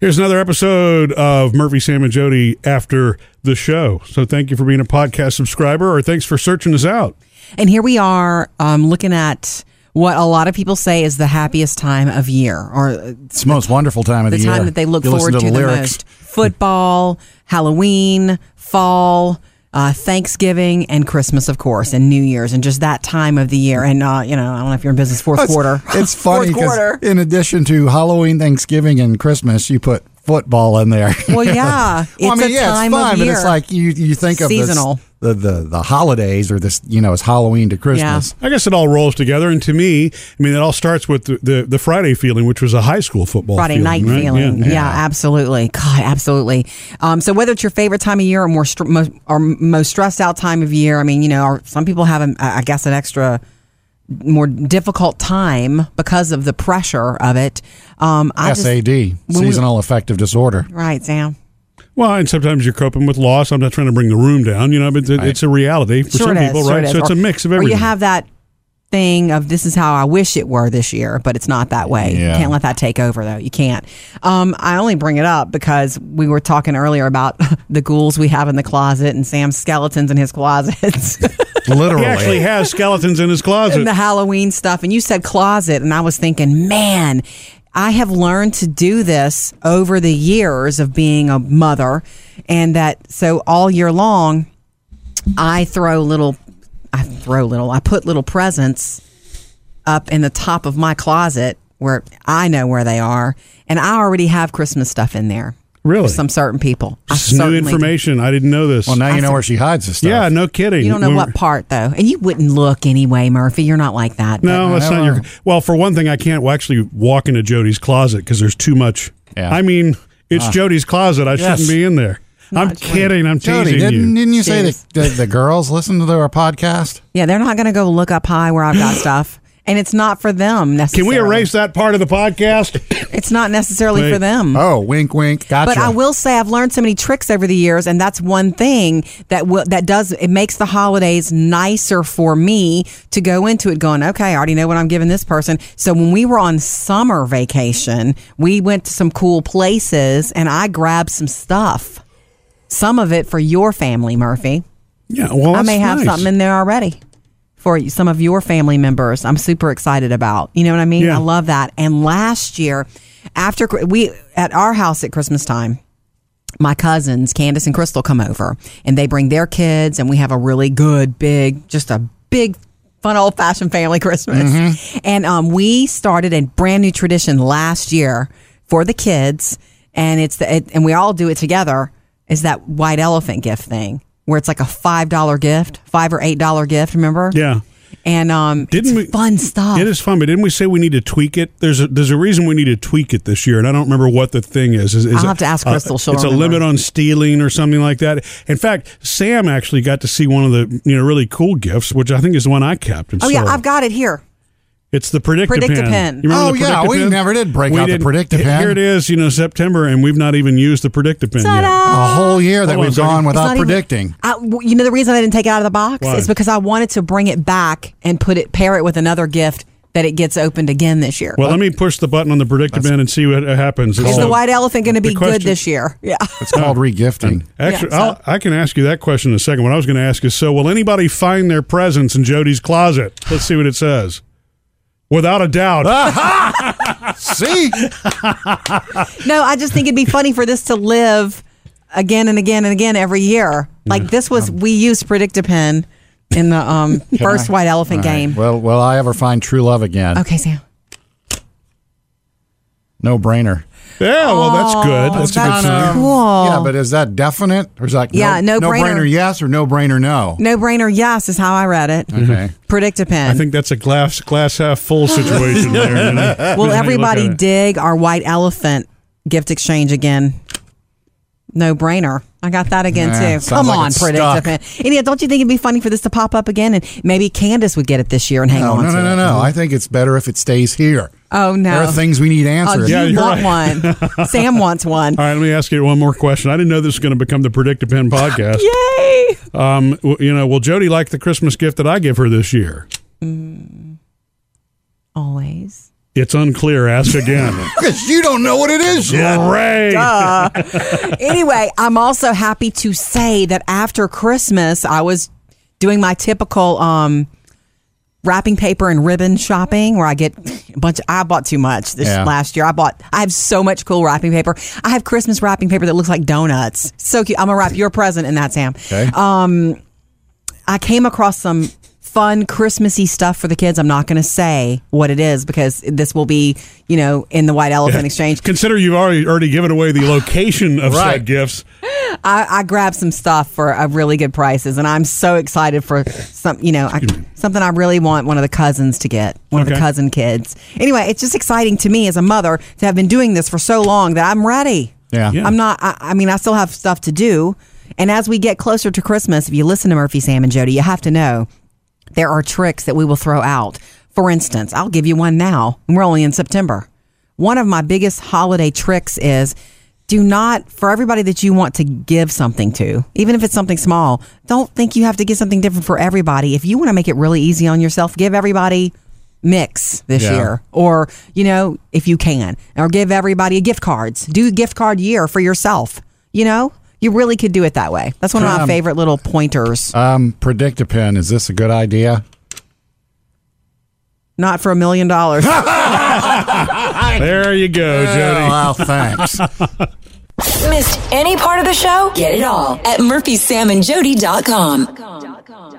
Here's another episode of Murphy, Sam, and Jody after the show. So thank you for being a podcast subscriber, or thanks for searching us out. And here we are um, looking at what a lot of people say is the happiest time of year or uh, It's the most wonderful time of the the, year. time that they look You listen forward to, the the lyrics. most football, Halloween, fall. Uh, Thanksgiving and Christmas, of course, and New Year's, and just that time of the year. And uh, you know, I don't know if you're in business fourth It's- quarter. It's funny fourth because quarter. in addition to Halloween, Thanksgiving, and Christmas, you put football in there. Well, yeah, Well, I it's mean, a yeah, time it's fun, of but year. it's like you you think of this- Seasonal. the, the the holidays or this you know it's Halloween to Christmas. I guess it all rolls together, and to me, I mean, it all starts with the, the, the Friday feeling, which was a high school football Friday feeling, night right? feeling. Yeah, Yeah. absolutely. God, absolutely. Um, so whether it's your favorite time of year or more str- mo- or most stressed out time of year, I mean, you know, or some people have, an, I guess, an extra more difficult time because of the pressure of it. Um, I just- SAD, we- seasonal affective disorder. right, Sam. Well, and sometimes you're coping with loss. I'm not trying to bring the room down, you know, but it- it's a reality for Sure some it is, people, sure right? it is. so it's Or- a mix of everything. Or you have that thing of this is how I wish it were this year, but it's not that way. You Yeah. can't let that take over though. You can't. Um, I only bring it up because we were talking earlier about the ghouls we have in the closet and Sam's skeletons in his closets. he Literally, actually has skeletons in his closet. and the Halloween stuff. And you said closet, and I was thinking, man, I have learned to do this over the years of being a mother, and that so all year long, I throw little, I throw little, I put little presents up in the top of my closet where I know where they are, and I already have Christmas stuff in there. Really? for some certain people. I This is new certainly do. information. I didn't know this. well, now you know Awesome. where she hides the stuff. yeah, no kidding. You don't know When- what part though, and you wouldn't look anyway, Murphy. You're not like that. but- No, that's I not don't your. know. Well, for one thing, I can't actually walk into Jody's closet because there's too much. Yeah. Ah. I mean, it's Jody's closet. I shouldn't Yes. be in there. I'm kidding. I'm Jody, teasing you. didn't, didn't you say Cheers. that the, the girls listen to their podcast? Yeah, they're not going to go look up high where I've got stuff. And it's not for them Can necessarily. we erase that part of the podcast? It's not necessarily Wait. for them. Oh, wink, wink. Gotcha. Mm-hmm. But I will say I've learned so many tricks over the years, and that's one thing that will, that does it makes the holidays nicer for me to go into it going, okay, I already know what I'm giving this person. So when we were on summer vacation, we went to some cool places, and I grabbed some stuff, some of it for your family, Murphy. yeah. Well, I that's may have nice. something in there already for you- some of your family members. I'm super excited about. You know what I mean? Yeah. I love that. And last year, after Chri- we at our house at Christmas time, my cousins Candace and Crystal come over and they bring their kids, and we have a really good, big, just a big. Fun old fashioned family Christmas. Mm-hmm. And um, we started a brand new tradition last year for the kids. And it's the, it, and we all do it together is that white elephant gift thing where it's like a $5 gift, 5 or $8 gift, remember? Yeah. and um, Didn't it's we- fun stuff. It is fun, but didn't we say we need to tweak it? There's a, there's a reason we need to tweak it this year, and I don't remember what the thing is. Is, is I'll it- have to ask Crystal, she'll it's a remember. limit on stealing or something like that. In fact, Sam actually got to see one of the you know really cool gifts, which I think is the one I kept. And Oh yeah, sold. I've got it here. It's the predictive Predictive pen. pen. You remember Oh, the yeah, predictive we pen? never did break out the didn't. predictive Here- Here pen. it is, you know, September, and we've not even used the predictive pen yet. Ta-da! a whole year that Hold on a we've second. It's gone It's without not even- predicting. I- w- you know the reason I didn't take it out of the box Why? is because I wanted to bring it back and put it pair it with another gift that it gets opened again this year. Well, let me push the button on the predictive pen and see what happens. is It's the a- white elephant going to be good question- this year? Yeah. It's called regifting. Actually, Yeah, so- I'll, I can ask you that question in a second. What I was going to ask is, so will anybody find their presents in Jody's closet? Let's see what it says. Without a doubt, Ah! See, No, I just think it'd be funny for this to live again and again and again every year. Like this was we used Predictapen in the um, first white elephant All right. game. Well, will I ever find true love again? Okay, Sam. No brainer. yeah. Well, that's good. That's, a that's good sign. cool. Yeah, but is that definite or is that Yeah, no, no brainer. brainer yes or no brainer no? No brainer, yes is how I read it. Okay. Predictapen. I think that's a glass glass half full situation there. you know? Depends how you Will look everybody at it. dig our white elephant gift exchange again? No brainer. I got that again Nah, too. sounds Come like on, it's predict stuck. event. And yeah, don't you think it'd be funny for this to pop up again? And maybe Candace would get it this year and hang No, on no, to no, it. no, no. I think it's better if it stays here. Oh no. There are things we need Oh, answers. Yeah, you you're want one. Sam wants one. All right, let me ask you one more question. I didn't know this was going to become the Predictive Pen podcast. Yay. Um, w- you know, will Jody like the Christmas gift that I give her this year? Always. It's unclear. Ask again. Because you don't know what it is yet. Hooray! anyway, I'm also happy to say that after Christmas, I was doing my typical um, wrapping paper and ribbon shopping where I get a bunch. I bought too much this Yeah. last year. I bought, I have so much cool wrapping paper. I have Christmas wrapping paper that looks like donuts. So cute. I'm going to wrap your present in that, Sam. Uh, Okay. Oh. I came across some fun Christmassy stuff for the kids. I'm not going to say what it is because this will be, you know, in the White Elephant Exchange. Consider you've already already given away the location of Right. said gifts. I, I grabbed some stuff for a really good prices, and I'm so excited for some, you know, I, something I really want one of the cousins to get, one of Okay. the cousin kids. Anyway, it's just exciting to me as a mother to have been doing this for so long that I'm ready. Yeah. Yeah. I'm not. I, I mean, I still have stuff to do, and as we get closer to Christmas, if you listen to Murphy, Sam, and Jody, you have to know there are tricks that we will throw out. For instance, I'll give you one now. We're only in September. One of my biggest holiday tricks is do not, for everybody that you want to give something to, even if it's something small, don't think you have to give something different for everybody. If you want to make it really easy on yourself, give everybody mix this Yeah. year or you know if you can or give everybody gift cards do gift card year for yourself you know you really could do it that way that's one of my Um, favorite little pointers um, predict a pin. Is this a good idea? not for a million dollars There you go, Jody. well, thanks. Missed any part of the show? Get it all at murphysamandjody.com.